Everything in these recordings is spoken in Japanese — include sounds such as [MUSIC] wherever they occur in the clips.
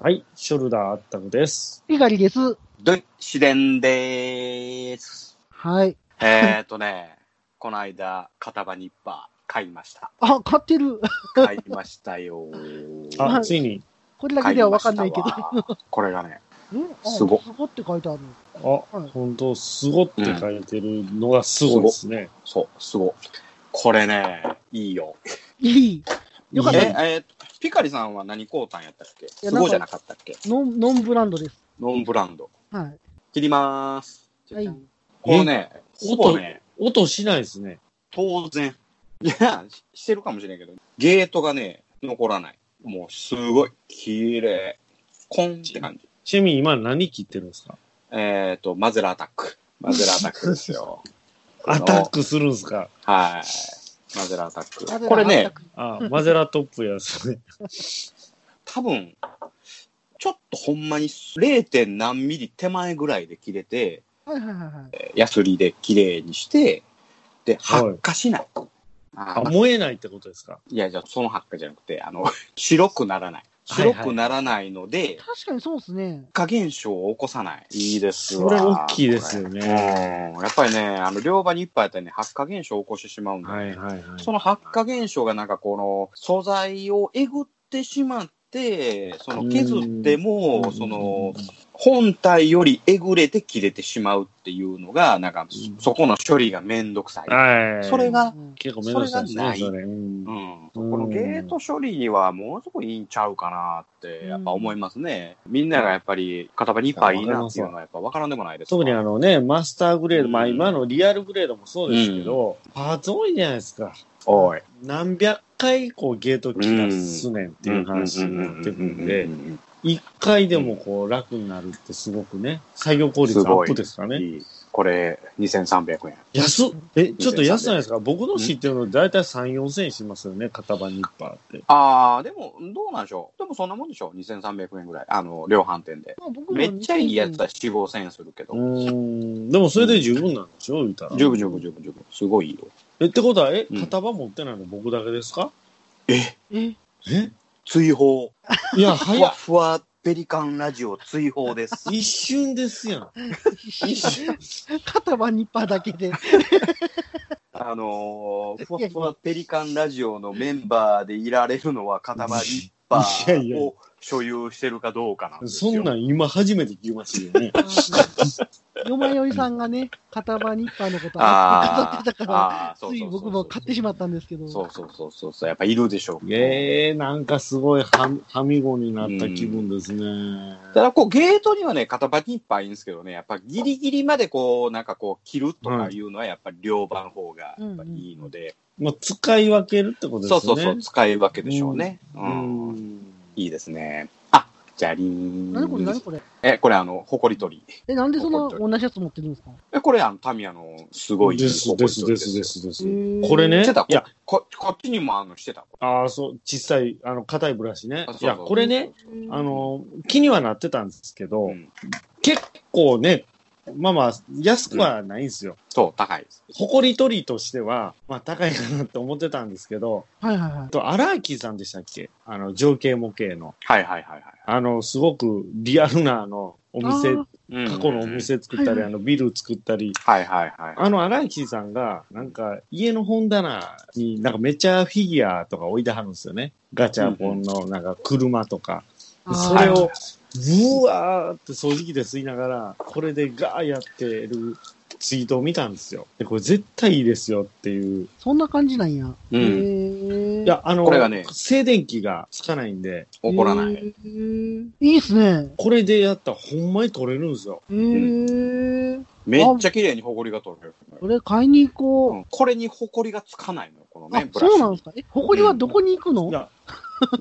はい、ショルダーあったのです。ピガリです。ドイツ伝で [LAUGHS] ーす。はい。えーとね、この間、型場ニッパー買いました。あ、買ってる。 [LAUGHS] 買いましたよー。[LAUGHS] はあ、いついに、これだけではわかんないけど。ど。これがね、 [LAUGHS] うんあすごすごって書いてある。あ、はい本当すごって書いてるのがすごいですね。そう、すごい。これね、いいよ。いい。よかえった、いいねえーとピカリさんは何買うたんやったっけやすごいじゃなかったっけノン、ノンブランドです。ノンブランド。はい。切りまーす。はいこのね、ほぼね、音しないですね。当然。いや、し [LAUGHS] してるかもしれんけど、ゲートがね、残らない。もう、すごい、綺麗。コンって感じ。ちなみに今何切ってるんですかえっ、と、マゼラアタック。マゼラアタックです [LAUGHS] よ。アタックするんですかはい。マゼラアタッなぜク。なこれ全ね、くあ、マゼラトップやそれ。多分、ちょっとほんまに 0. 何ミリ手前ぐらいで切れて、はいはいはいはい。ヤスリで綺麗にして、で、はい発火しない。ああ、燃えないってことですかいや、じゃあその発火じゃなくて、あの、白くならない。白くならないので、確かにそうですね。化現象を起こさない。いいですそれ大きいですよね。ね。うん。やっぱりね、あの、両場にいっぱいあったらね、発火現象を起こしてしまうんで、はいはいはい。その発火現象がなんかこの、素材をえぐってしまって、その削っても、その、本体よりえぐれて切れてしまうっていうのが、なんかう、んそこの処理がめんどくさい。はい。それがうん結構面倒くさいですね、そそれ。うんうん、このゲート処理にはものすごいいいんちゃうかなってやっぱ思いますね、みんながやっぱり片場にいっぱいいいなっていうのはやっぱ分からんでもないです特にあのね、マスターグレード、まあうん今のリアルグレードもそうですけど、パーツ多いじゃないですか。おいっ何百回こうゲート切らすねんっていう話になってくるんで、一回でもこう楽になるってすごくね、作業効率アップですからね。いいこれ2300円安っえ、ちょっと安ないですか僕の知ってるのだいたい3、4千円しますよね、型番ニッパーって。ああでもどうなんでしょうでもそんなもんでしょう2300円ぐらいあの量販店でまあ僕もめっちゃいいやつだ。は4 5千円するけど、うーん、でもそれで十分なんでしょ言うたら。十分十分十分十分すごいよえ、ってことは、え、うん型番持ってないの僕だけですかえ、 [LAUGHS] え追放いや、ふ早わっ。ふわペリカンラジオ追放です一瞬ですやん。肩はニッパーだけ [LAUGHS] で。 [LAUGHS] あのー、ふわふわペリカンラジオのメンバーでいられるのは、カタバリッパいやいーやを所有してるかどうかなんですそよ。んなん今初めて聞きましたよね。よまよいさんがね、肩はニッパーのことを語っあーてたから、あー、そつういそうそう僕も買ってしまったんですけど。そうそうそうそうそう、やっぱいるでしょう。ええなんかすごいは、はみごになった気分ですね。ただこうゲートにはね、カタバリッパーいいんですけどね、やっぱギリギリまでこう、なんかこう、切るとかいうのは、やっぱり両番の方がやっぱいいので、まあ、使い分けるってことですそね。うそうそう、使い分けでしょうね。ううんん。いいですね。あ、じゃりーん。何これ何これえ、これあの、ほこり取り。え、なんでそんな同じやつ持ってるんですかえ、これ、あの、タミヤのすごいです、覚えでてす、るで、ですすでよす、です。えこれねしてたいやこここっちにもあのしてた。ああ、そう、小さい、あの、硬いブラシねあ。そういそうや、これね、、あの、気にはなってたんですけど、うん結構ね、まあまあ、安くはないんですよ。そう、高いです。誇り取りとしては、まあ、高いかなって思ってたんですけど、はいはいはいあ。と、荒木さんでしたっけあの、情景模型の。はいはいはいはあの、すごくリアルな、あの、お店、あい。過去のお店作ったはいり、はいあの、ビル作ったり、はいはいはあの、荒木さんが、なんか、家の本棚に、なんかめっちゃフィギュアとか置いてはるんですよね。ガチャポンの、なんか車とか。あーそれを、ブワーって掃除機で吸いながら、これでガーやってるツイートを見たんですよ。で、これ絶対いいですよっていう。そんな感じなんや。い。うん。へえいや、あの、これがね静電気がつかないんで、怒らなへい。ーいいっすね。これでやったらほんまに取れるんですよ。へえ。めっちゃ綺麗にほこりが取れる。これ買いに行うこんこれにほこりがつかないのよ、このう。あね、、ブラシそうなんでにす。か。え、ここにはどこに行くいのや、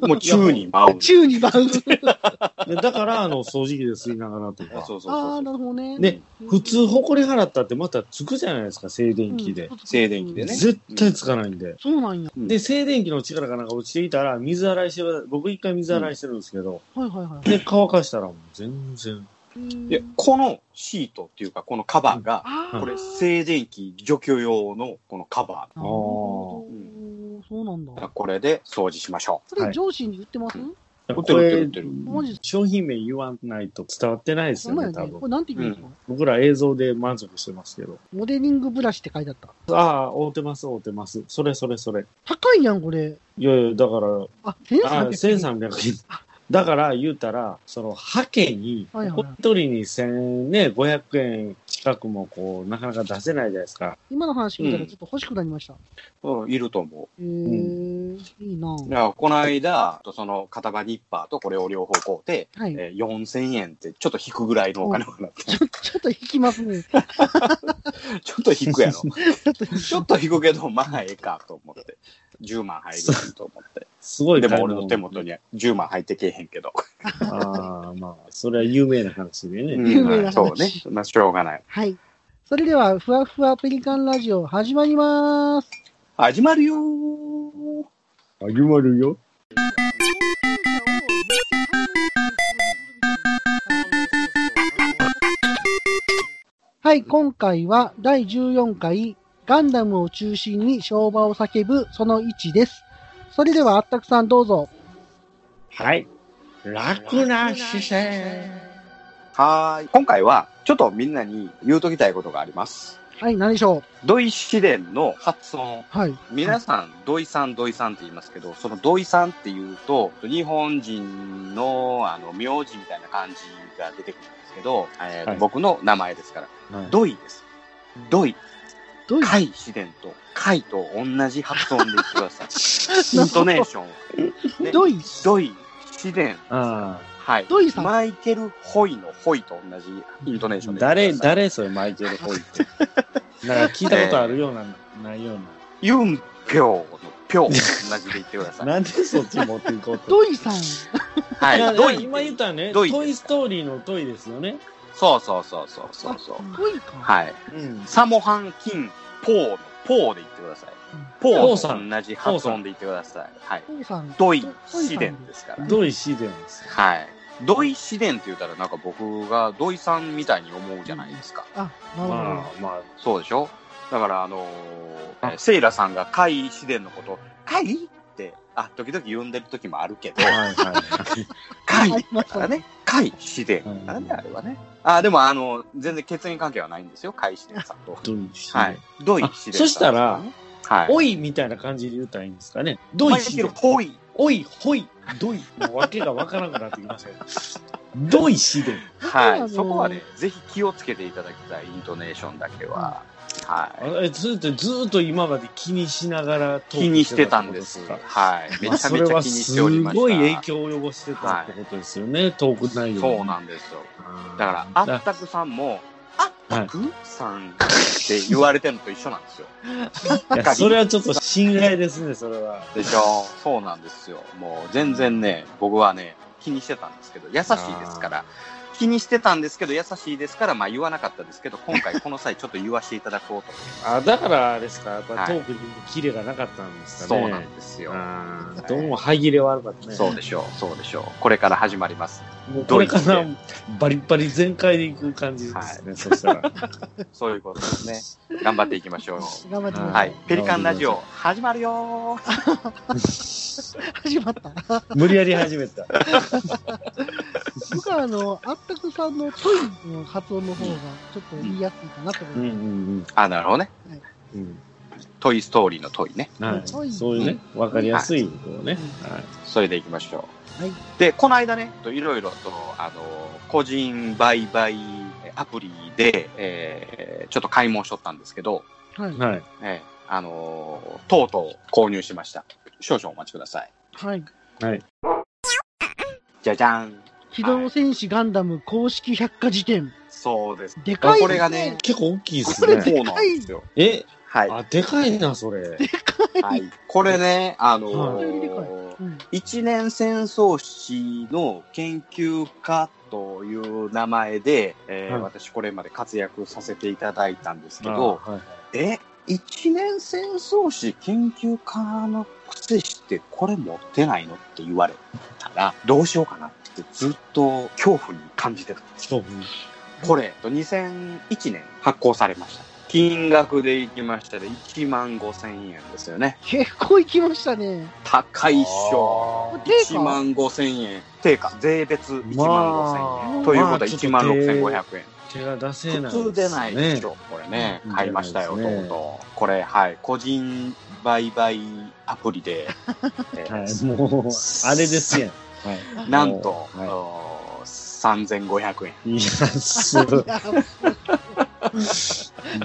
もう宙に舞う。宙に舞う。でだから、あの、掃除機で吸いながらとあか。そうそうあそあ、うなそう。るほどね。ねうん、普通、埃払ったってまたつくじゃないですか、静電気でう。ん。静電気でね絶対つかないんで。そうなんや。うんで、静電気の力がなんか落ちていたら、水洗いしてる、僕一回水洗いしてるんですけど、はいはいはで、乾かしたらもう全然。い。で、このシートっていうか、このカバーが、あーこれ、静電気除去用のこのカバなるほどそうなんー。だ。これで掃除しましょこれ、はい上司に売ってますうん売ってる売ってる売ってる。文字、商品名言わないと伝わってないですほよんまね、多よね。こ分。れなんて言うんですか、僕ら映像で満足してますけど。モデリングブラシって書いてあった。ああ、合うてます、合うてます。それそれそれ。高いやん、これ。いやいや、だから、あ、あ1300円。 1300円。だから言うたら、その、ハケに、はいはい一人に1000ね、500円近くもこう、なかなか出せないじゃないですか。今の話聞いたらちょっと欲しくなりました。うん、いると思えー、いいなう。いや、この間、その、片場ニッパーとこれを両方買うて、はい。えー4000円ってちょっと引くぐらいのお金か [LAUGHS] なって。ちょちょっと引きますね。ちょっと引くやろ。ちょっと引ちょっと引くけど、まあええかと思って。10万入ると思 [LAUGHS] って。すごいで買いも物俺の手元には10万入ってけえへんけど。ああ、まあ、それは有名な話でね。うん有名な話そうね。まあしょうがない。はい。それでは、ふわふわペリカンラジオ始まります。始まるよー。始まるよ。はい、今回は第14回、ガンダムを中心に商売を叫ぶその1です。それでは、あったくさんどうぞ。はい。楽な姿勢。はーい。今回は、ちょっとみんなに言うときたいことがあります。はい、何でしょう土井試練の発音。はい。皆さん、土井さん、土井さんって言いますけど、その土井さんっていうと、日本人の、あの、名字みたいな感じが出てくるんですけど、えーとはい僕の名前ですから、はい土井です。土井、どういう海試練と、海と同じ発音で言ってくださ [LAUGHS] い。イントネーションを。ねどうい土井試練。あはい。どういさんマイケル・ホイのホイと同じイントネーショあンで言誰、ってください。誰それ、マイケル・ホイって。 [LAUGHS] なんか聞いたことあるような、ないようユン・ピョウのピョウ同じで言ってくださな。い。なんでそっち持っていこうと。どいさん。いやはいい。土や井。今言ったね、トどいですイ・ストーリーのトイですよね。そうそうそうそうそうそう。どいか。はい。うん。サモハン・キン・ポーのポーで言ってください。ポポーーさんと同じ発音で言ってください。はい。どいさん。ドイ・シデンですから。ドイ・シデンです。はい。ドイ・シデンって言ったらなんか僕がドイさんみたいに思うじゃないですか。あ、なるほど。まあ、まそうでしょだからあのーえセイラさんがカイ・シデンのこと、カイって、あ、時々呼んでる時もあるけ [LAUGHS] どあ。、はいはい。カイありましかたらね。ね、海自然うんなんであれはね。あ、でもあの、全然血縁関係はないんですよ、海自然さんと。ドイ・シデン。はい。ドイあ自然さんですね。そしたらはい。おいみたいな感じで言ったらいいんですかね。ドマイ・イシデケル、ン。ほい。おい、ほい、どい。もう訳がわからなくなってきましたけど。ドイ・シデン。あはのい。そこはね、ぜひ気をつけていただきたい、イントネーションだけは。はい。あえずっとずーっと今まで気にしながらトーク気にしてたんですして。たってことはい。めですちかまゃあめちゃ気にしておりました。それはすごい影響を及ぼしてたってことですよね、トーク内容そうなんですよ。だから、あったくさんも、あったくさんって言われてるのと一緒なんです [LAUGHS] よ。いやそれはちょっと心外ですねそれはでしょそうなんですよ。もう全然ね、僕はね、気にしてたんですけど、優しいですから、気にしてたんですけど、優しいですから、まあ言わなかったですけど、今回この際ちょっと言わせていただこうと。あだからあれですかやっはぱいトークにキレがなかったんですかね、そうなんですよ。あーどうも歯切れ悪かったねそうでしょう、そうでしょう。これから始まります。もうこれかドイらツバリッバリ全開でいく感じですね、そした [LAUGHS] らそういうことですね。頑張っていきましょう。頑張ってくだはさいい。。ペリカンラジオ、始まるよ [LAUGHS] ー始まった。無理やり始めた僕はあの、あったくさんのトイの発音の方がちょっと言いやすいかなと思いうんまうす。んあ、なるほどね。うんうんトイストーリーのトイね。はそうい、いうそういうね、わかりやすいこうね、はいそれでいきましょう。はいで、この間ね、いろいろと、あの、個人売買アプリで、えーちょっと買い物しとったんですけど、はい。はい。えーあのーとうとう購入しました。少々お待ちください。はい。じゃじゃん。機動戦士ガンダム公式百科事典。そうです。でかいですね。これがね、結構大きいですこれね。でかいそうなんですよ。え、はい。あ、でかいな、それ。はい。これね、あのはいでかーうん。一年戦争史の研究家という名前で、えーはい私これまで活躍させていただいたんですけあど、はいえ、一年戦争史研究家のくせしてこれ持ってないのって言われたら、どうしようかなってずっと恐怖に感じてたんです。そう。これ、2001年発行されました。金額でいきましたら1万5000円ですよね。結構行きましたね。高いっしょ。これ定1価万5000円。定価、税別1万5000円。まあということまはあちょっと1万6500円。手が出せない、普通出ないでしょ、これねう。ん買いましたよ、出とないうですねとう。これ、はい。個人売買アプリ [LAUGHS] で、えーはい、もう、あれですやん。はい。なんと、はいお3500円。安い。いや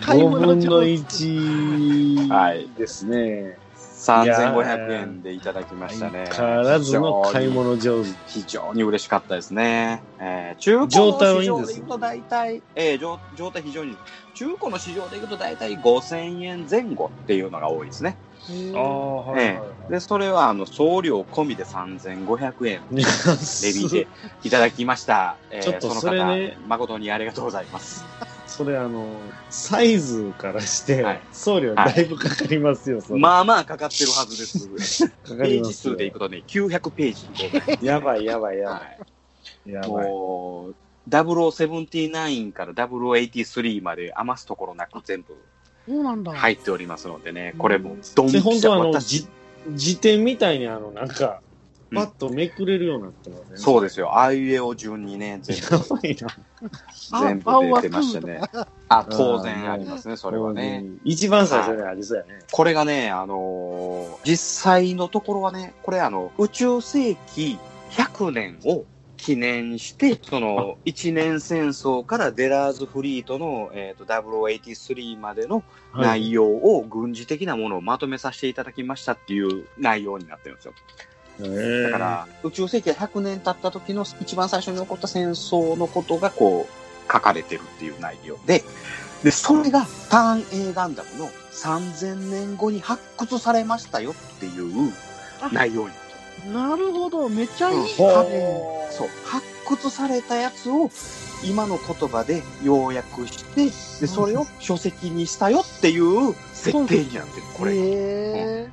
買い5物分上の手はい1ですね。 3500円でいただきましたね。相変わらずの買い非常に物上手。非常に嬉しかったですね。えー中古状態はのい市いん場でです言うと大体、えー状状態非常に、中古の市場で言うと大体5000円前後っていうのが多いですね。へえはで、それはあの送料込みで3500円い。安レビーいで。いただきました。えーちょっとそそのれ方、ね誠にありがとうございます。それあの、サイズからしてはい、送料だいぶかかりますよ、それまあまあかかってるはずです。かペかりーまジすよ数でいくとね、900ページにございます。やばいやばいやば。はいいやばい。もう、0079から0083まで余すところなく全部そうなんだ。入っておりますのでね、これもうドンで、ピ本シャ当はあの、私じ辞典みたいにあの、なんか、うんパッとめくれるようになってますね。。そううですよ。あいうえお順にね、全や [LAUGHS] ば部、いな。全部出てましたね。あ、当然ありますね、それはね。うん。一番最初にありそうやね。これがね、あのー実際のところはね、これあの、宇宙世紀100年を記念して、その、1年戦争からデラーズフリートの、えー、と、0083までのはい内容を軍事的なものをまとめさせていただきましたっていう内容になってるんですよ。だか、ら、宇宙世紀が100年経った時の一番最初に起こった戦争のことがこう、書かれてるっていう内容で、で、それがターン A ガンダムの3000年後に発掘されましたよっていう内容になってるなるほど、めっちゃいいへー家電。そう、発掘されたやつを今の言葉で要約して、で、それを書籍にしたよっていう設定になってる、これ。へ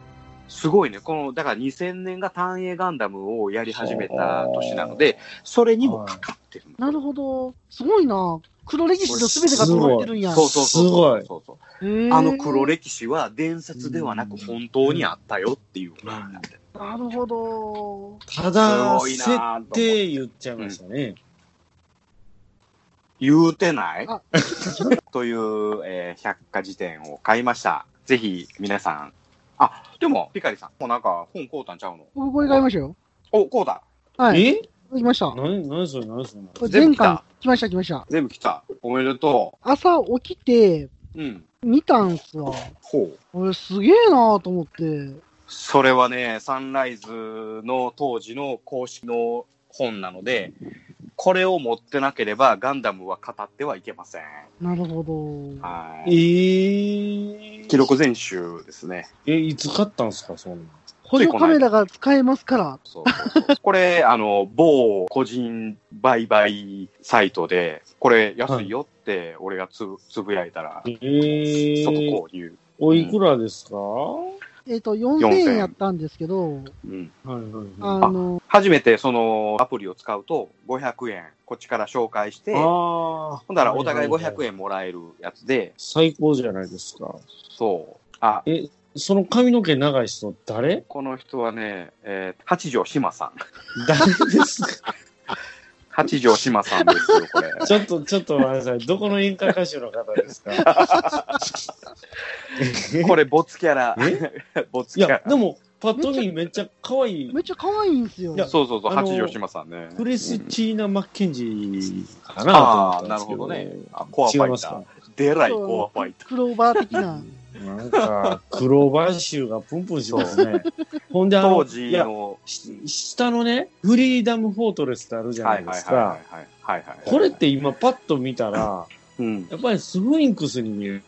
すごいね。この、だから2000年が単影ガンダムをやり始めた年なので、それにもかかってるのーなるほど。すごいな。黒歴史のすべてが詰まってるんや。そうそうそう。すごいそうそうへーあの黒歴史は伝説ではなく本当にあったよっていうことになってる。なるほど。たすだ、ごい設なぁと思って定言っちゃいましたね。言うてないあ [LAUGHS] という、えー百科事典を買いました。ぜひ皆さん。あ、でも、ピカリさん。もうなんか本買うたんちゃうの僕これ買いましたよ。お、こうだ。はい。え行きました。こ何、何それ何それ何それれ前全部来回た、来ました来ました。全部来た。おめでと朝起きて、う。うん。見たんすわ。ほう。これすげえなと思って。それはね、サンライズの当時の公式の本なので、これを持ってなければガンダムは語ってはいけません。なるほど。はい。えー、記録全集ですね。え、いつ買ったんすか、そんなん。このカメラが使えますから。そうそうそうこれ、あの、某個人売買サイトで、これ安いよって俺がつぶつぶやいたら、え即ー、購入。おいくらですか、えっ、と、4000円やったんですけど、うん。はいはいはい。あの、初めてそのアプリを使うと500円、こっちから紹介して、ほあんならお互い円。 500円もらえるやつで、最高じゃないですか。そう。あ、その髪の毛長い人、誰この人はね、えー、八条島さん。誰ですか八条島さんですよ、これ。 [LAUGHS] ちょっと、ちょっと待ってください。どこの演歌歌手の方ですかこれ、ボツキャラえ。 [LAUGHS] ボツいキャラや、。でも、パッと見めっちゃ可愛いめっちゃ可愛いんすよ。いやそうそうそう、あの八条島さんね。クリスチーナ・マッケンジーかなああー、となる思ほっどたんですけねど。あコアフ違いァまイすターか。デライそうコアファイタクローバー的 [LAUGHS] な。なんか、クローバー州がプンプンしますね。ほんで、ー。あの、当い時や、の。し下のね、フリーダム・フォートレスってあるじゃはないいはでいすはいはか。いはい。はいはい。これっ、て今パッと見たら、うん。やっぱりスフィンクスに見え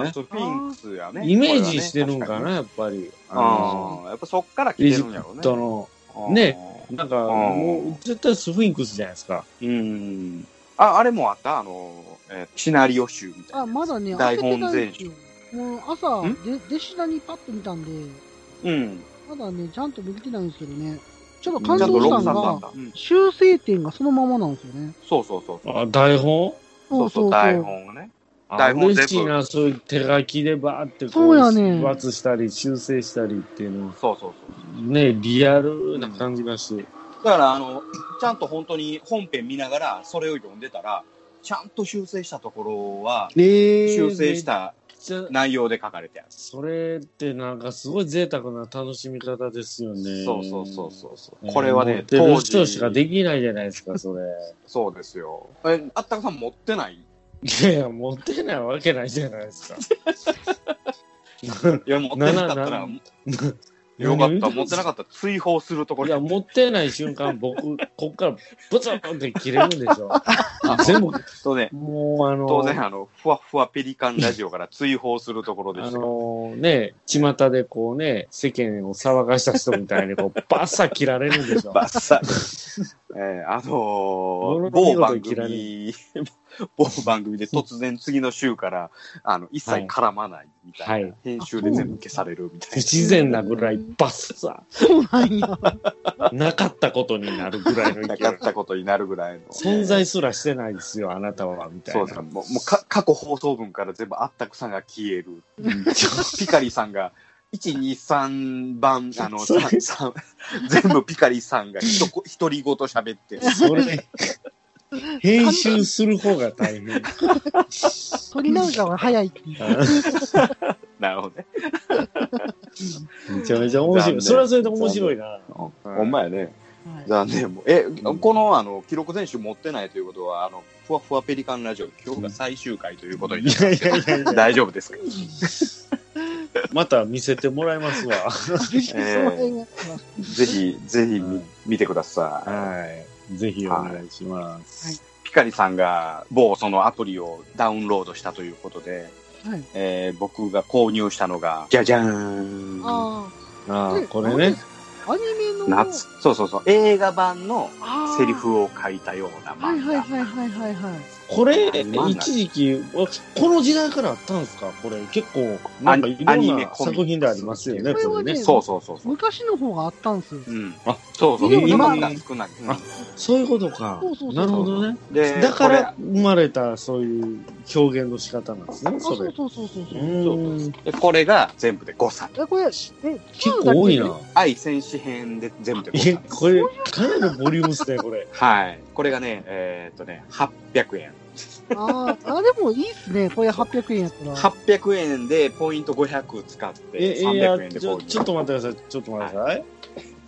まあ、すスよフィンクスやね。ね。イメージしてるんかこれはな、ね。やっぱり。ああ、やっぱそっから来エてジるんやろうプね。トの、あーね。なんか、んもう絶対スフィンクスじゃないですか。うん。あ、あれもあったあの、えーシナリオ集みたいな。あ、まだね、台開け本てないんですよ。もう朝、で、弟子なにパッと見たんで、うん。まだね、ちゃんと見れてないんですけどね。ちょっとちゃ感んと動した録の画が、だ。うん修正点がそのままなんですよね。そうそうそうそう。あ、台本そうそう、台本をね。あ台本全部嬉しいな、そういう手書きでバーってこそうう、やねん出発したり、修正したりっていうの、そうそうそう。ね、リアルな感じがして、だから、あの、ちゃんと本当に本編見ながら、それを読んでたら、ちゃんと修正したところは、えー修正しためっちゃ内容で書かれてある。それってなんかすごい贅沢な楽しみ方ですよね。そうそうそうそうそう。ねこれは持っね、てる当人時。しかできないじゃないですか、そ [LAUGHS] れ。そうですよ。え、あったかさん持ってないいやいや、持ってないわけないじゃないです [LAUGHS] か。 [LAUGHS] いや、持ってなかっなたなら、よかった。持ってかっなかったら追放するとこいろや、持ってない瞬間、僕、 [LAUGHS] こっからブツンって切れるんでしょ。あ全部、当然、もうあの、当然、あの、ふわふわペリカンラジオから追放するところであしたよ。のね、巷でこうね、世間を騒がした人みたいに、 [LAUGHS] こう、バッサ切られるんでしょ。バッ [LAUGHS] サリ。えーあのーものの見某事番切られ組、 [LAUGHS] 某番組で突然次の週から、あの、一切絡まないみたいな、はい編集で全部消されるみた不いな。自然なぐらいバッサ、そうなんや。ななかったことになるぐらいの [LAUGHS] な勢かいっ。たことになるぐらいの。存在すらしてないですよ、あなたは、みたいそな。うですか。もう、もうか過去放送分から全部あったくさんが消える。ピカリさんが、1、2、3番、[LAUGHS] あの、それ三三全部ピカリさんがひとこ独り言 [LAUGHS] 喋ってる。それ、編集する方が大 [LAUGHS] 変。取り直しは早いっていう。なるほどね。めちゃめちゃ面残白念い。それはそれで面白いな。ほんまやね。はい残念もう。え、んこの、あの、記録全集持ってないということは、あの、ふわふわペリカンラジオ、今日が最終回ということにいなりまやいすけやどいやいや、 [LAUGHS] 大丈夫ですかまた見せてもらいますわ。ぜひ、その辺は。ぜひ、ぜひう見ん見てくださはい。ぜひお願いします。い。ピカリさんが某そのアプリをダウンロードしたということで、はい。えー僕が購入したのが、じゃじゃーん。ああああ、これね。。アニメの。夏。そうそうそう。映画版のあーセリ。フを書いたような漫はい画。はいはいはいはいはい。これ、うん一時期、この時代からあったんですかこれ、結構、なんかいアろニんメなコミックス作品でありますよね、これこはれねね。そうそうそうそう。昔の方があったんすよ。うん。あそうそう。今今が少ない。あそういうことかそうそうそう。なるほどね。でだか、こら生まれたそういう表現の仕方なんですね、あそそうれ。そうそうそうそうう。ーんれでこれが全部で5作。え、これ、え、結2構だ多いけな。愛戦士編で全部でえ、 5作。これ、かなりのボリュームですね、こ [LAUGHS] れ。はい。これがね、えーっとね、800円。あーあ、でもいいっすね。これ800円やったら。 800円でポイント500使って、え、え、いや300円、でち購ょ入。ちょっと待ってください、ちょっと待ってください。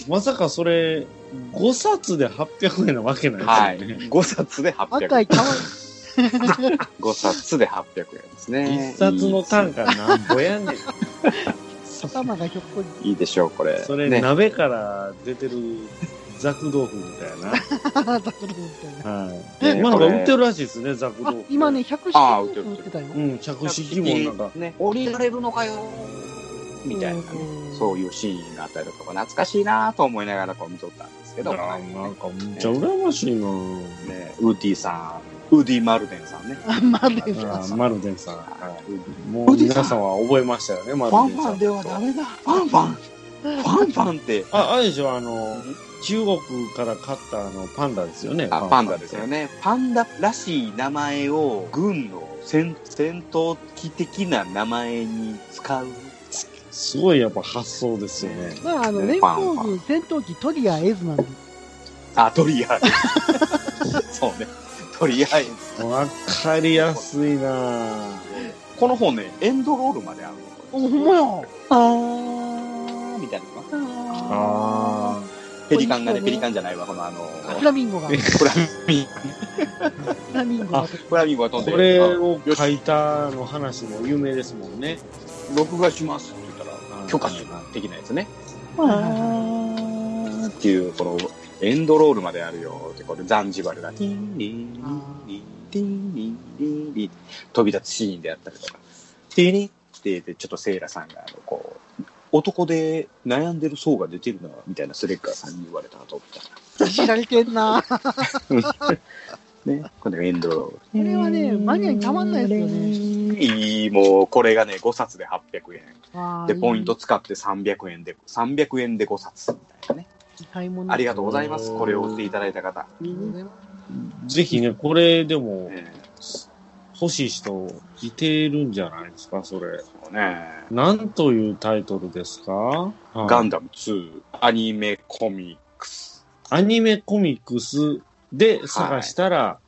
まさかそれ、5冊で800円なわけなはいい。ですよね。 5冊で800赤円。いかわい5冊で800円ですね。 1冊の単価なんぼや [LAUGHS] ねん。い頭がひょっこり。 [LAUGHS] いいでしょう、これ。それ、ね。鍋から出てるザク豆腐みたいな。ああ、だけどみたいな。はい。ねまあなんかこれ売ってるらしいですね、ザクあ豆腐。今ね、。100あー式売っ売ってるてたよ。うん、着色もなんか。ね、降りられるのかよみたいなね、うんそういうシーンがあったりとか、懐かしいなと思いながらこう見とったんですけど、あねーなんかめっちゃ羨ましいなぁウーディさん、ウーディ・マルデンさんね。あ、まあね、うあーあマルデンさん。ははいウーディいもう皆さんは覚えましたよね、マフルァンデンフさァんン。ではダメだ。ファンファン。ファンファンって。あ、あれでしょ、あの、中国から買ったあの、パンダですよね。あパンダですよ。ね。パンダらしい名前を軍の戦戦闘機的な名前に使う。すごいやっぱ発想ですよね。まあ、あの、連邦軍戦闘機トリアエズなんで。あ、とりあえず。そうね。とりあえず。わかりやすいなぁこの本ね、エンドロールまであるの。お、ほんまや。あーみたいな。あペリカンがね、ペリカンじゃないわ、このあの、フラミンゴが。フフラミンゴ。ラミンゴが。フラミンゴが飛ーんでこれあを書いたの話も有名ですもんね。録画しますって言ったら、許可しなできないですね。っていう、この、エンドロールまであるよって、これ、ザンジバルが、ティンリンリンリン、ティンリンリンリン、飛び立つシーンであったりとか、ティリンって言って、ちょっとセイラさんが、あの、こう、男で悩んでる層が出てるな、みたいなスレッガーさんに言われたと思ったいじられてん [LAUGHS] な。ね、これエンドロール。これはねマニアにたまんないですよねいい、もう、これがね、5冊で800円。あーで、ポイント。使って300円で、300円で5冊みたいなね。いい買い物ありがとうございます。これを売っていただいた方。ありがとうございますぜひね、これでも、ええ欲しい人いてるんじゃないですか、それ。そうね。なんというタイトルですか、はいガンダム2、アニメコミックス。アニメコミックスで探したら、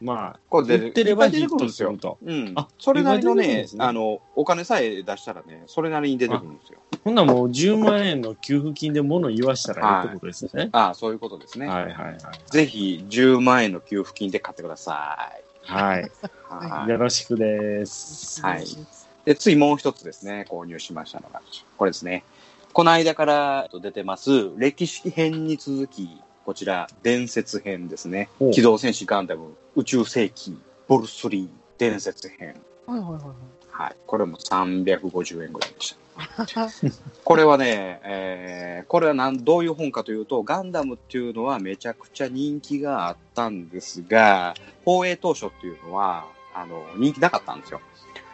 まあ、これ売ってればヒットすよる。と。うん。あそれなりの意外と出てくるんねですねあの、お金さえ出したらね、それなりに出てくるんですよ。ほんならもう10万円の給付金で物言わしたらいいってことですね。ああ、そういうことですね。はいはいはい。ぜひ、10万円の給付金で買ってください。はい。はい。よろしくです。はいで、ついもう一つですね、購入しましたのが、これですね。この間からえっと出てます、歴史編に続き、こちら、伝説編ですね。お機動戦士ガンダム、宇宙世紀、ボルス3、伝説編。はいはいはいはい。はい。これも350円ぐらいでした。はこれはね、えーこれはなんどういう本かというと、ガンダムっていうのはめちゃくちゃ人気があったんですが、放映当初っていうのは、あの、人気なかったんですよ。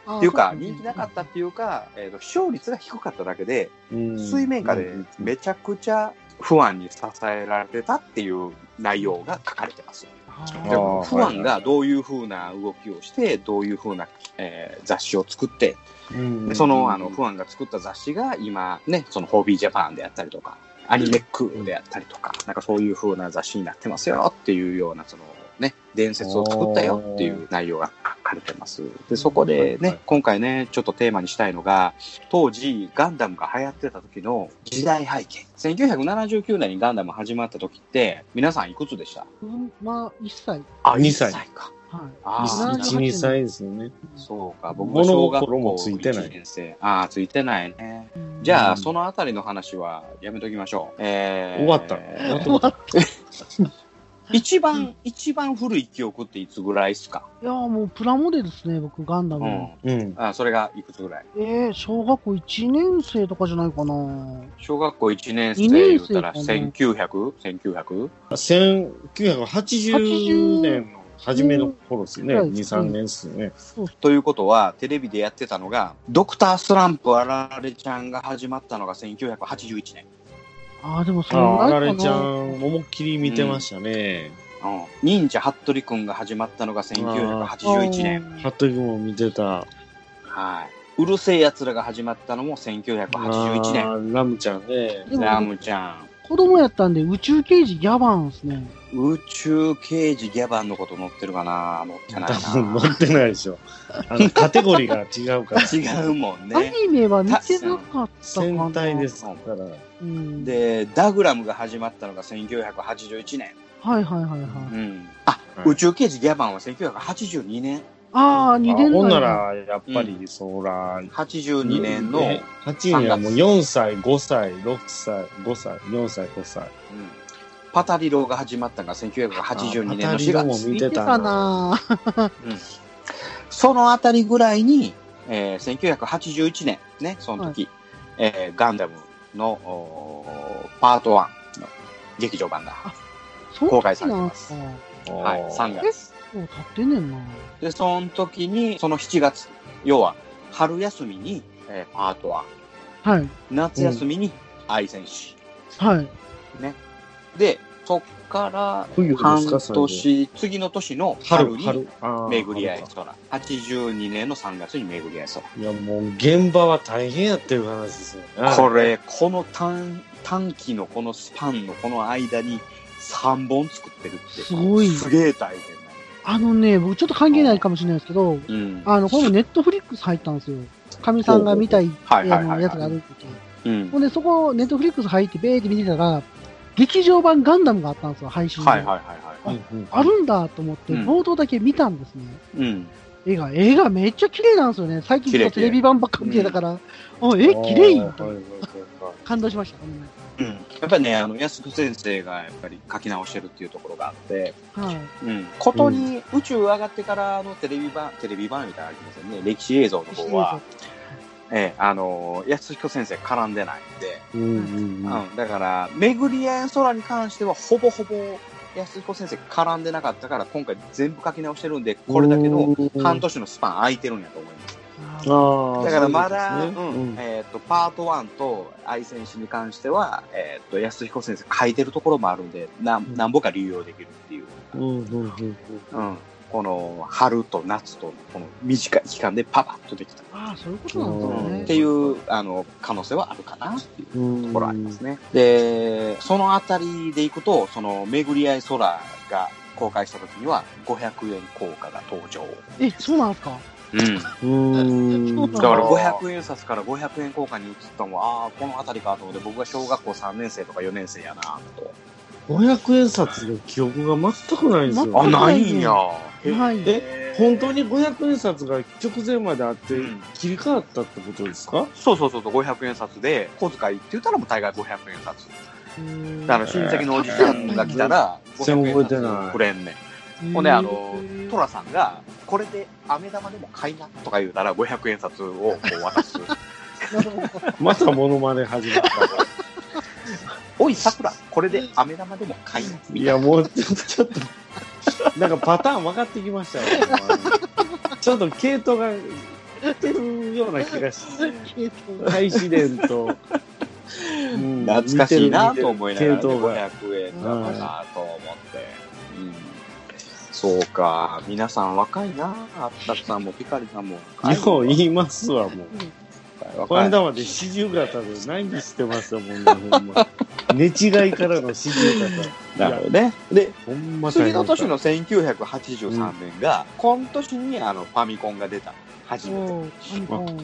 あ [LAUGHS] っていうか、そです人ね気なかったっていうか、えーと、視聴率が低かっただけで、うん水面下でめちゃくちゃ不安に支えられてたっていう内容が書かれてます。ああーでーも不安がどういうふうな動きをして、どういうふうな、えー雑誌を作って、うんでそのあのファンが作った雑誌が今ね、そのホビージャパンであったりとか、アニメックであったりとか、なんかそういう風な雑誌になってますよっていうような、そのね、伝説を作ったよっていう内容が書かれてます。で、そこではいはいね、今回ね、ちょっとテーマにしたいのが、当時ガンダムが流行ってた時の時代背景。1979年にガンダム始まった時って、皆さんいくつでしたうんまあ、1歳。あ二歳一か。はい。あー一二歳ですよね。そうか、僕も物小学心も校ついてない1年生。ああ、ついてないね。うんじゃあ、うんそのあたりの話はやめときましょう。えー終わった。 [LAUGHS] 終わった一番、一番古い記憶っていつぐらいですかいやーもうプラモデルですね、僕、ガンダうム。ん。うん。あそれがいくつぐらいえー、小学校1年生とかじゃないかな。小学校1年生二年言生ったらかな 1900?1900? 1980年の初めの頃ですね。うん2、3年ですね。そうということは、テレビでやってたのが、ドクタースランプあられちゃんが始まったのが1981年。ああ、でもそあのあ、あらぐらいれかちゃな。ん、思いっきり見てましたね。うん。忍者ハットリくんが始まったのが1981年。ハットリくんも見てた。はい。うるせえ奴らが始まったのも1981年。年。ラムちゃんね。でもラムちゃん。子供やったんで、宇宙刑事ギャバンですね。宇宙刑事ギャバンのこと載ってるかな載ってない多分な乗ってないでしょ。あの、カテゴリーが違うから。 [LAUGHS] 違うもんアねニメは見てなかったかな。戦隊ですから。うん、でダグラムが始まったのが1981年、はいはいはいはい。うん、あ、はい宇宙刑事ギャバンは1982年ああ、2あ年ほんな代。ら、やっぱり、そら、 82年の、ね8年はもう4歳、5歳、6歳、5歳、4歳、5歳。うんパタリロが始まったのが1982年あパの4タリロも月見てたな。そのあたりぐらいに、えー1981年ねその時、えーガンダムのおーパート1の劇場版がそう公開されてますなんかはい、3月。結構経ってんねんな。で、その時に、その7月、要は春休みに、えーパート1、はい。夏休みに愛戦士。はい。で、そっから冬ですか半それ年、次の年の春春、に春。あー巡り合い空。82年の3月に巡り合いいや、もう現場は大変やってる話ですよ空。ね。これ、この短短期のこのスパンのこの間に3本作ってるって。すごいすげえ大変あのね、僕ちょっと関係ないかもしれないですけど、だ。うん。あの、このネットフリックス入ったんですよ。かみさんが見たいってはいはいあはいはのいやつがあるって言って。うんほ。んで、そこ、ネットフリックス入って、べーって見てたら、劇場版ガンダムがあったんですよ、配信で。はいはいはいはうんうんあるんだと思って、うん冒頭だけ見たんですね。い。うん。映画、映画めっちゃ綺麗なんですよね。最近綺麗テレビ版ばっか見てたから、あ、え、綺麗はいはいはいはい感動しました。ごめんなうん、やっぱりね、あの安子先生がやっぱり書き直してるっていうところがあって、さいはい。うん、ことに宇宙上がってからのテレビ版、テレビ版みたいなのありますよね、歴史映像の方は、ええ、あのー、安彦先生絡んでないんで、うんうんううんん、だから、巡り合い空に関しては、ほぼほぼ安彦先生絡んでなかったから、今回全部書き直してるんで、これだけの半年のスパン空いてるんやと思います。ああーだからまだ、そういうことですうんねえー、とパート1と愛戦士に関しては、えー、と安彦先生書いてるところもあるんでなんんなんぼか流用できるっていう、うんうんうんうんうん、この春と夏とこの短い期間でパパッとできたああ、そういうことなんだうんね。っていうあの可能性はあるかなっていうとところありますね。で、そのあたりでいくと、その巡り合い空が公開した時には500円硬貨が登場。え、そうなんですかうん。うん。そうだなかんらだ500円札から500円硬貨に移ったのも、ああ、このあたりかと思って、僕が小学校3年生とか4年生やなと。 500円札の記憶が全くないんですよ。あ全くないないえ本当に500円札が直前まであってうん切り替わったってことですかそうそうそうそう、500円札で、小遣いって言ったらもう大概500円札。だから親戚のおじさんが来たら、全然500円覚えてない札くれんねん。うんほんで、あの、 [LAUGHS] トラさんが、これで飴玉でも買いなとか言うたら、500円札をこう渡す。 [LAUGHS] またモノマネ始まった。おい、さくら、これで飴玉でも買いな。いや、もうちょっと、ちょっと、なんかパターン分かってきましたよ。ちょっと系統が、ってるような気がしえっと大自然と、うん懐かしいなと思いながら、ね、系統が。 500円だろうなと思って、うんそうか皆さん若いなあったくさんもピカリさんもよう言いますわ、もう。この若い間まで四十肩で何してますよ、もう、ほん [LAUGHS] ま。寝違いからの四十肩。なるほどねでほんま大次変だのった年の1983年が、今年にあのファミコンが出たの初めて、おーうんはいはい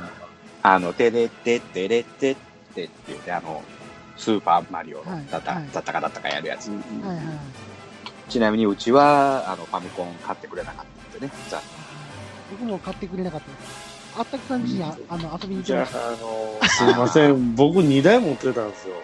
はい。あの「テレテテレテテ」って言ってあのスーパーマリオはのいだったはいだったかだったかやるやつ、はいはい。ちなみにうちはあのファミコン買ってくれなかったんでね残僕も買ってくれなかったですあったくさん家にああの遊びに行きじゃましあ、あの、すいません、僕2台持ってたん [LAUGHS] ですよ。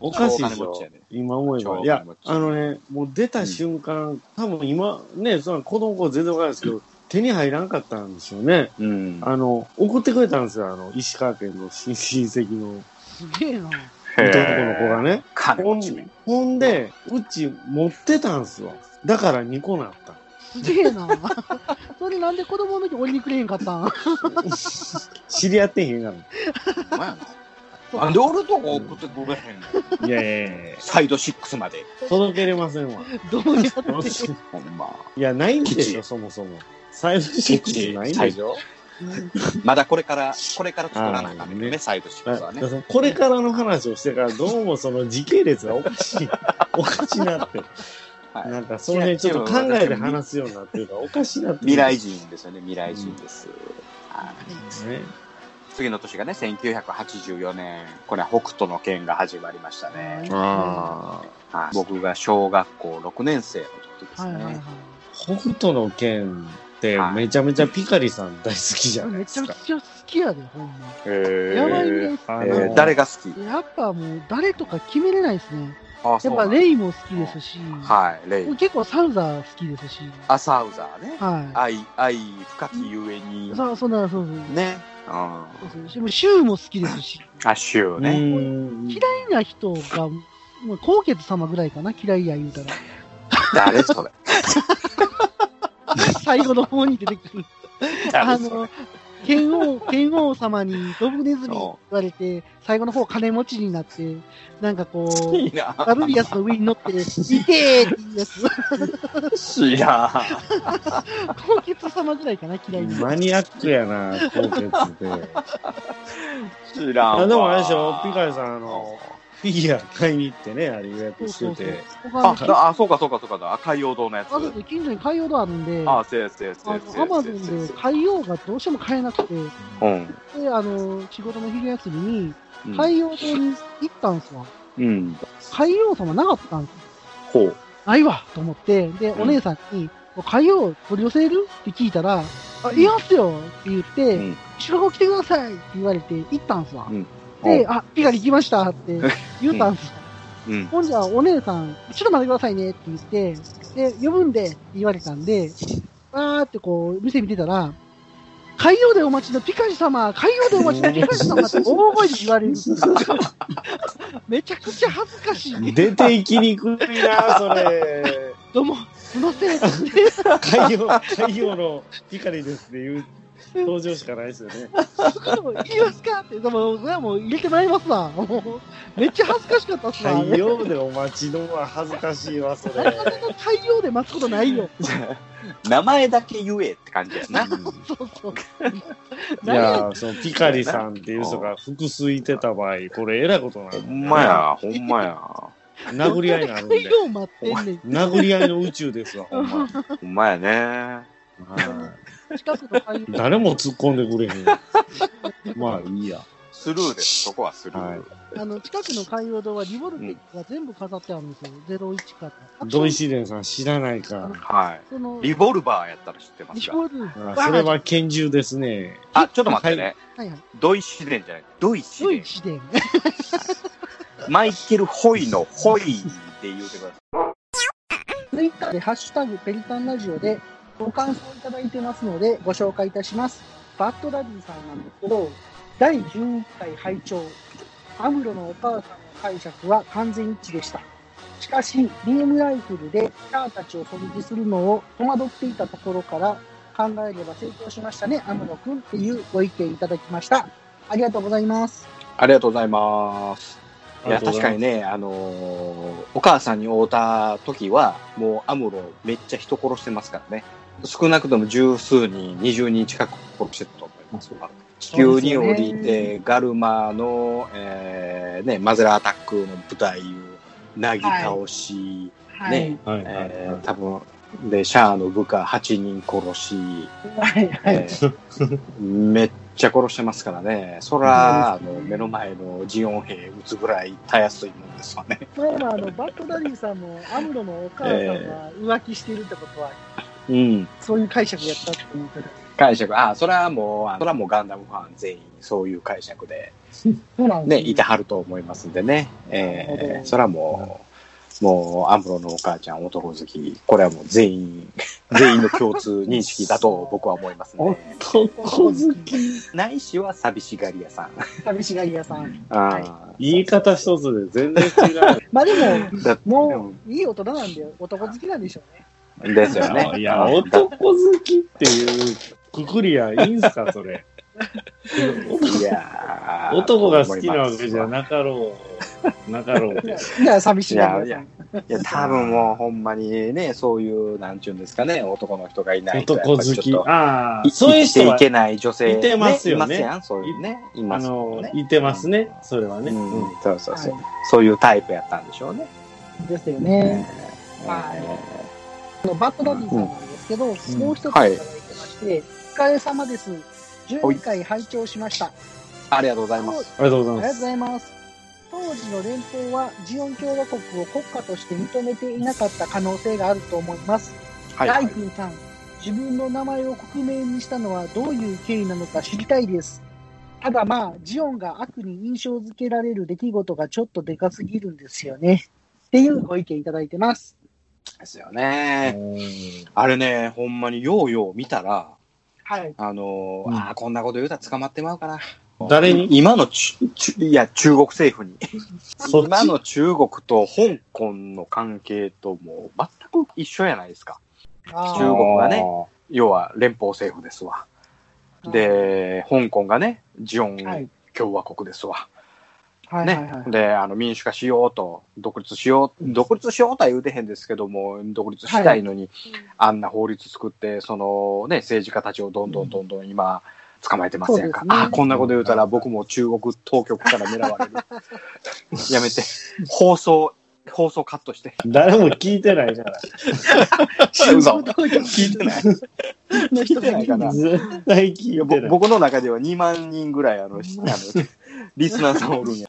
おかしいでし超お金持ちょやね、今思え超おば。金いや持、ちあのね、もう出た瞬間、多分今、ね、その子供の頃全然わからないですけど、手に入らんかったんですよね。うんあの、送ってくれたんですよ、あの、石川県の親戚のた。すげえな。男の子がね。金ほん持ちめほんで、うち持ってたんすわ。だから2個なった。すげえな。それなんで子供の時俺にくれへんかったん [LAUGHS] 知り合ってへんがな。ほんまやななんで俺とこ送ってくれへんのいやいやいやサイド6まで届けれませんわ。どうやって。ほんまいや、ないんで基しょ、地そもそも。サイドシックスないんサでイしょ。ドうんまだこれからこれから作らなあかんねんあーねねサイド6だかはねらこれからの話をしてから、どうもその時系列がおかし [LAUGHS] い、おかしなって、はいなんかその辺ちょっと考えて話すようになってるから、おかしなって。未来人ですよね未来人です、はいね。次の年がね1984年これは北斗の拳が始まりましたね、ああ。はい僕が小学校6年生の時ですはいね、はいはい。北斗の剣ってめちゃめちゃピカリさん大好きじゃないめでちすゃめか。ちゃ好きやで、ほんま。えーやばいね。あえのー誰が好きやっぱもう誰とか決めれないですね。あそやっうなぱんだレイも好きですし、はいレイ僕結構サウザー好きですし、アサウザーねは愛愛深きゆえにい。そそんな、そうそう。ねうんそうそうでもシュウも好きですし、あシューね、ね嫌いな人が、もう高傑様ぐらいかな、嫌いや言う [LAUGHS] たら。誰それ最後の方に出てくる。あ誰それの、剣王、剣王様にドブネズミ言われて、最後の方金持ちになって、なんかこ [LAUGHS] う、いや悪いやつの上に乗って、いてーっていうやつ。いや高傑様ぐらいかな、嫌いな。マニアックやな、高血で。知らんわあでもあれでしょピカリさんあのフ [LAUGHS] ィギュア買いに行ってね、あれ予約してて。他のあだあそうかそうかそうかだ赤い王道のやつあと近所に海洋ドアあるんで、ああせやせやせやせのやせアやマゾンで海洋がどうしても買えなくて、うんで、あの、仕事の昼休みに、うん海洋堂に行ったんすわ。うん海洋様なかったんすほうないわと思って、で、うんお姉さんに、海洋取り寄せるって聞いたら、あ、いますよって言って、うん修学校来てくださいって言われて行ったんすわう。んで、あ、ピカリ来ましたって言ったんすわ。うんほんじゃ、お姉さん、ちょっと待ってくださいねって言って、で、呼ぶんでって言われたんで、わーってこう、店見てたら、海洋でお待ちのピカリ様、海洋でお待ちのピカリ様って大声で言 [LAUGHS] われる。めちゃくちゃ恥ずかしい。出て行きにくいな、それ。どうも、すいません。海洋、海洋のピカリですって言う登場しかないですよね。そこでも、いりますかって、でも、それはもう入れてもらいますわ。もう、めっちゃ恥ずかしかったっすわ。太陽でお待ちのは恥ずかしいわ、それ。太陽で待つことないよ。名前だけ言えって感じやな。そうそう。い何やや、そのピカリさんっていう人が複数いてた場合、これえらいことなほの。んまや、ほんまや。殴り合いになるん太で。陽待ってんねん。殴り合いの宇宙ですわ、ほんま。ほんまやね。は近くの太陽い誰も突っ込んでくれへん。まあいいや。スルーです、そこはスルー。はいあの、近くの海洋堂はリボルテックが全部飾ってあるんですよ。01から。ドイシデンさん知らないか。はいその、リボルバーやったら知ってますリかボルテあそれは拳銃ですね。あ、ちょっと待ってね。はいはい。ドイシデンじゃない。ドイシドデイン。ツで。マイケル・ホイのホイって言うてください。ツイッターでハッシュタグペリカンラジオでご感想いただいてますのでご紹介いたします。バッドダディさんなんですけど、第11回拝聴アムロのお母さんの解釈は完全一致でした。しかし、ビームライフルでスターたちを飛び地するのを戸惑っていたところから考えれば成長しましたね、アムロくんっていうご意見いただきました。ありがとうございます。ありがとうございます。いや、ありがとうご確ざかいにます。ね、あのーお母さんに会うた時は、もうアムロめっちゃ人殺してますからね。少なくとも十数人、二十人近く殺してたと思いますわ。地球に降りそうですて、ガルマの、えーね、マゼラアタックの舞台を、なぎ倒し、はね。はいはいはいえー多分、で、シャアの部下8人殺し、はいはい。えーめっちゃ殺してますからね、そら、あの目の前のジオン兵撃つぐらいたやすいもんですわね。まあまあ、あの、バッドダディさんも、アムロのお母さんが浮気してるってことは、うん、そういう解釈やったって言うから。解釈、あそらもう、あそらもうガンダムファン全員、そういう解釈で、そうなんね、いてはると思いますんでね、なるほえー、どそらもう、もう、アムロのお母ちゃん、男好き、これはもう全員、全員の共通認識だと僕は思いますね。男好き。ないしは寂しがり屋さん。寂しがり屋さん。あー言い方一つで全然違まあでだっても、もう、いい大人なんで、男好きなんでしょうね。です [LAUGHS] よう。ね。いや、男好きっていうくくりはいいんすか、そ [LAUGHS] れ。いやー男が好きなわけじゃなかろう。なかろういでやす。いや、寂しがりい屋やさん。いや、多分もうほんまにね、そういう、なんちゅうんですかね、男の人がいないとやっ男ぱり好ちきょっ。とああ、いそういう生きて人いは、けない女性、いてますよねいますやん、そういうね。いあますよのね。、いてますね。それはね。うんうん、そうそうそう、はそういうタイプやったんでしょうね。いですよえね。ーはいえあのバッドダディさんなんですけど、もう一ついただいてまして、お疲れ様です。12回拝聴しました。ーありがとうございます。ありがとうございありまがすとうご。ざいます。当時の連邦はジオン共和国を国家として認めていなかった可能性があると思います。はい、ライフンさん、自分の名前を国名にしたのはどういう経緯なのか知りたいです。ただまあ、ジオンが悪に印象付けられる出来事がちょっとでかすぎるんですよね。っていうご意見いただいてます。ですよね。あれね、ほんまにようよう見たら、はい。あのーうんああ、こんなこと言うたら捕まってまうかな。誰に今のちゅ、ちゅいや、中国政府に。 [LAUGHS] そっ今ちの中国と香港の関係ともう全く一緒やないですか。中あ国がね、要は連邦政府ですわ。ー、で、香港がね、ジオはいン共和国ですわ。はいはいねはい。。で、あの、民主化しようと、独立しよう、独立しようとは言うてへんですけども、独立したいのに、あんな法律作って、そのね、政治家たちをどんどんどんどん今、捕まえてますやんか。そうですねああ、こんなこと言うたら僕も中国当局から狙われ [LAUGHS] る。やめて。放送、放送カットして。誰も聞いてないから。死ぬぞ。聞聞いてない。の人聞いてないか [LAUGHS] な絶対聞いてない。僕の中では2万人ぐらいあの、しあ [LAUGHS] のリスナーさんおるんはいや。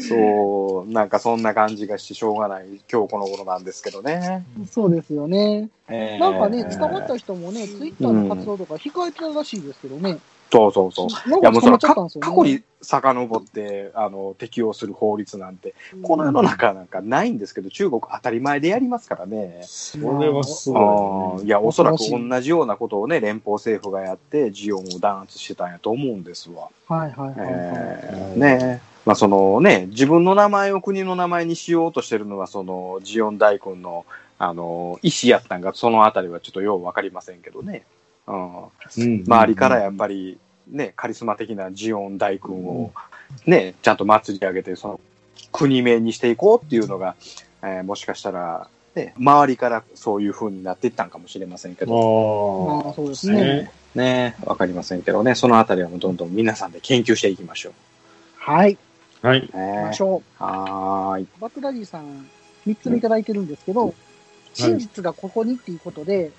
そう、なんかそんな感じがしてしょうがない、今日この頃なんですけどね。そうですよね。えーなんかね、捕まった人もね、ツイッターの活動とか控えてたらしいですけどね。そうそうそう。なんいやかも捕うそまのっちゃかったん過です去よね。に遡ってあの適用する法律なんて、この世の中なんかないんですけど、中国当たり前でやりますからね。これはすあごいね、ーいや、おそらく恐ろしい同じようなことをね、連邦政府がやって、ジオンを弾圧してたんやと思うんですわ。はいはいはいはい。えうーんねまあそのね、自分の名前を国の名前にしようとしてるのは、そのジオン大君のあの意思やったんが、そのあたりはちょっとようわかりませんけどね。うん、うん周りからやっぱり、ね、カリスマ的なジオン大君を、ね、ちゃんと祭り上げて、その国名にしていこうっていうのが、えーもしかしたら、ね、周りからそういう風になっていったんかもしれませんけあど、ーああ、そうですね。ね。ね、わかりませんけどね、そのあたりはもうどんどん皆さんで研究していきましょはい。はい。う。行きまねし、ょ。はーいうバックダディさん、3つ目いただいてるんですけど、真実がここにっていうことで、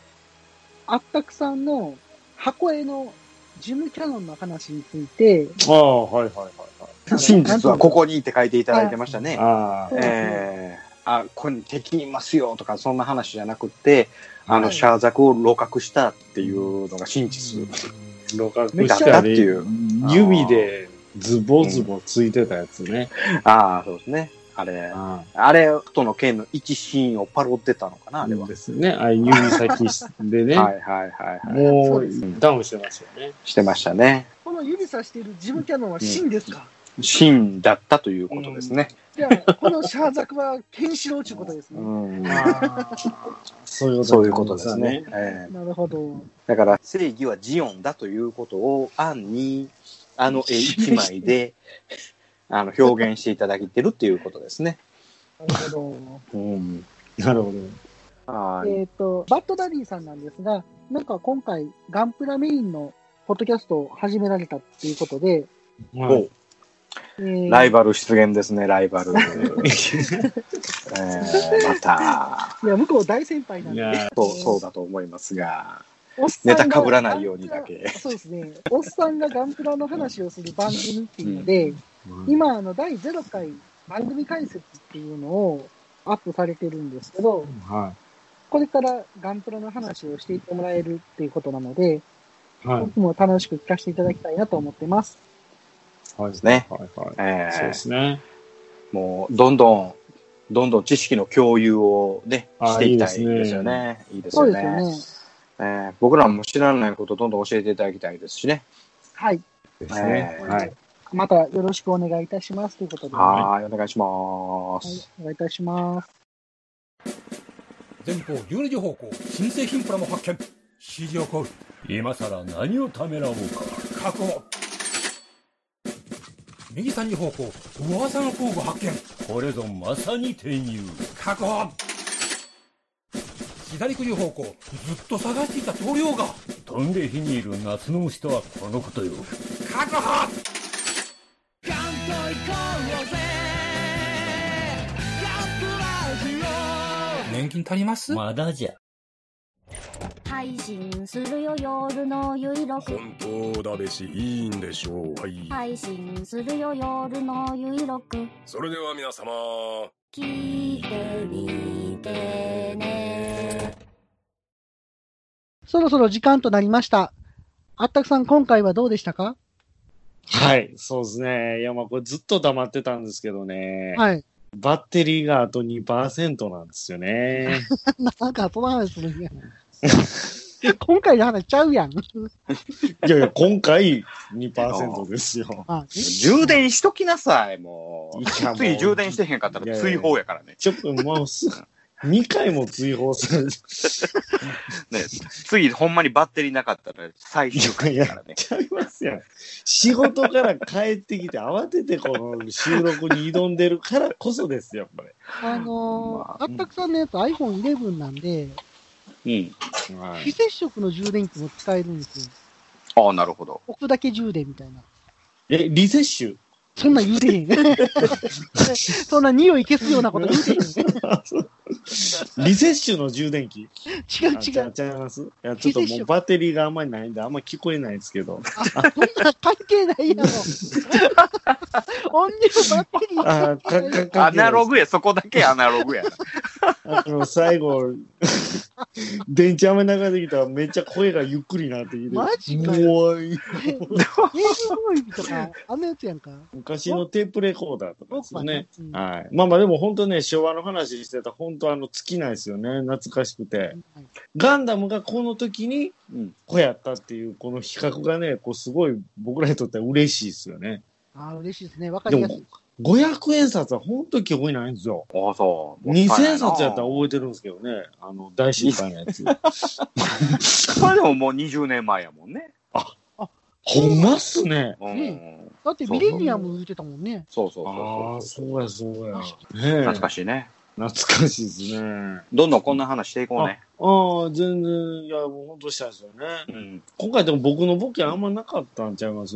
あったくさんの箱絵のジムキャノンの話について、ああ、はいはいはいは真実はここにって書いていただいてましたい。ね。あそうですねえーあ、ここに敵いますよとか、そんな話じゃなくて、あの、はいシャーザクを露獲したっていうのが真実。あ、ろ過めっしちたゃっていう指でズボズボついてたやつね。ああ、そうですね。あれ、ああれとの剣の一シーンをパロってたのかな、ああれは。ですね。ああ指先でね。はいはいはいはい。もそううですダウンしてましたよね。してましたね。この指さしているジムキャノンは真ですか、シーンだったということですね。じゃあ、このシャーザクはケンシロウということですね。うんそういうことそういうことですね。ええなるほど。だから、正義はジオンだということを案に、あの絵一枚 [LAUGHS] で、あの、表現していただいてるっていうことですね。なるほうん。なるほはど。い。えっと、バッドダディさんなんですが、なんか今回、ガンプラメインのポッドキャストを始められたっていうことで、ど。はいえーライバル出現ですね、ライ [LAUGHS] バル。えーまた、いや、向こう大先輩なんいで、やそう、そうだと思いますが、おっさんネがタかぶらないようにだ。け。そうですね。おっさんがガンプラの話をする番組っていうので、今、あの、第0回番組解説っていうのをアップされてるんですけど、はこれからガンプラの話をしていってもらえるっていうことなので、い。はい。僕も楽しく聞かせていただきたいなと思ってます。はい。すねはい。はい。えそうでーすね。もう、どんどん、どんどん知識の共有をね、あーしていきたいいいですねですよね。いいですそようですよね。ね。えー僕らも知らないことどんどん教えていただきたいですしね。はい。ですね。えーはい。またよろしくお願いいたしますということで。ははい、お願いしまいす。。お願いいたします。前方12時方向新製品プラも発見指示を行う今さら何をためらおうか確保右3時方向噂の工具発見これぞまさに転入確保左9時方向ずっと探していた塗料が飛んで火にいる夏の虫とはこのことよ確保年金足りますまだじゃ配信するよ夜のゆいろく本当だべしいいんでしょうはい、配信するよ夜のゆいろくそれでは皆様聞いてみてねそろそろ時間となりました。あったくさん、今回はどうでしたかはい。そうですね。いや、まあ、これずっと黙ってたんですけどね。はい。バッテリーがあと2%なんですよね。なんか、その話するんや。 [LAUGHS] 今回の話ちゃうやん。いやいや、今回2%ですよ。あ充電しときなさい、もう。いやもうつい充電してへんかったら追放やからね。ちょっと、もうす、2回も追放される。ね次、ほんまにバッテリーなかったら最終回や [LAUGHS] からね。ちゃいますやん。仕事から帰ってきて、慌ててこの収録に挑んでるからこそですよ、これ。あのまー、あったくさんのやつ iPhone11 なんで、うん。はい非接触の充電器も使えるんですよ。ああ、なるほど。置くだけ充電みたいな。え、リセッシュそんなん言うてへん。 [LAUGHS] そんな匂い消すようなこと言うてへん。リセッシュの充電器違うあち違ゃう。ちゃいますいや、ちょっともうバッテリーがあんまりないんで、あんま聞こえないですけど。あそんな関係ないや [LAUGHS] ろ。音量バッテリー。あー、かかかアナログや、そこだけアナログやあな。の、最後、 [LAUGHS] 電池雨流れてきたらめっちゃ声がゆっくりなってきて。マジかよ。怖い。ゲームボーイとか、あんなやつやんか。昔のテープレコーダーとかです僕よねはね。。うんはい。まあまあでも本当ね、昭和の話してた、本当あの、尽きないですよね。懐かしくて。ガンダムがこの時にうん、こうやったっていう、この比較がね、こうすごい僕らにとっては嬉しいですよね。ああ、嬉しいですね。わかりやすい。 500円札は本当に記憶にないんですよ。 [LAUGHS] ああ、そう。もったいないな2000冊やったら覚えてるんですけどね。あの、大失敗のや [LAUGHS] つ。それでももう20年前やもんね。ほんまっすね。う。うんだってミレニアム言ってたもんね。そうそうああ、そうそう。そうや、そうや。ねえ懐かしいね。懐かしいですね。どんどんこんな話していこうね。ああ、全然、いや、もう本当したいですよね。うん。今回でも僕のボケあんまなかったんちゃいます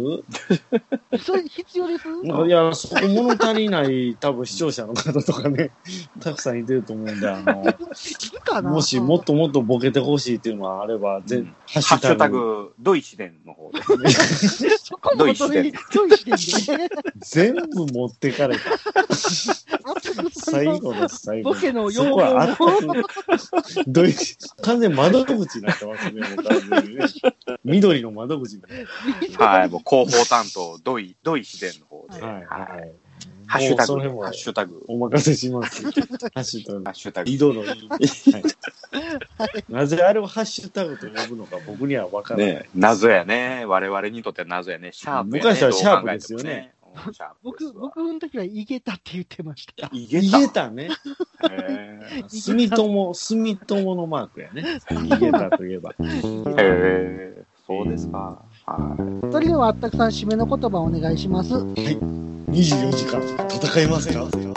それ必 [LAUGHS] 要ですなんかいや、そこ物足りない、多分視聴者の方とかね、 [LAUGHS] たくさんいてると思うんで、あ [LAUGHS] の、いるかなもしもっともっとボケてほしいっていうのがあれば、うぜんハッハッシュタ。グ、ドイツ伝 [LAUGHS] の方で。そこもそれに注意してんでね。全部持ってかれた。最後です、最後ボ。ケのそ用こ語はあをれどういう完全に窓口になってますね、もう完全にね。緑の窓口みたいはい、もう広報担当、ドイ、ドイツ伝の方で。な。はい、はいはい。ハッシュタもうそのグ、辺もハッシュタグ、お任せします。ハッシュタグハ。ッシュタグ井。戸の井、はい、なぜあれをハッシュタグと呼ぶのか僕には分からない。ね、謎やね。我々にとっては謎やね。シャープやね。昔はシャープどう考えてもですよね。うんシャープです僕、わ僕の時はイゲタって言ってました。い逃たげたね。へ住友、住友のマークやね。逃げたといえば。えへえそうですか。はそれではあったくさん締めの言葉をお願いします。 24時間戦いませんか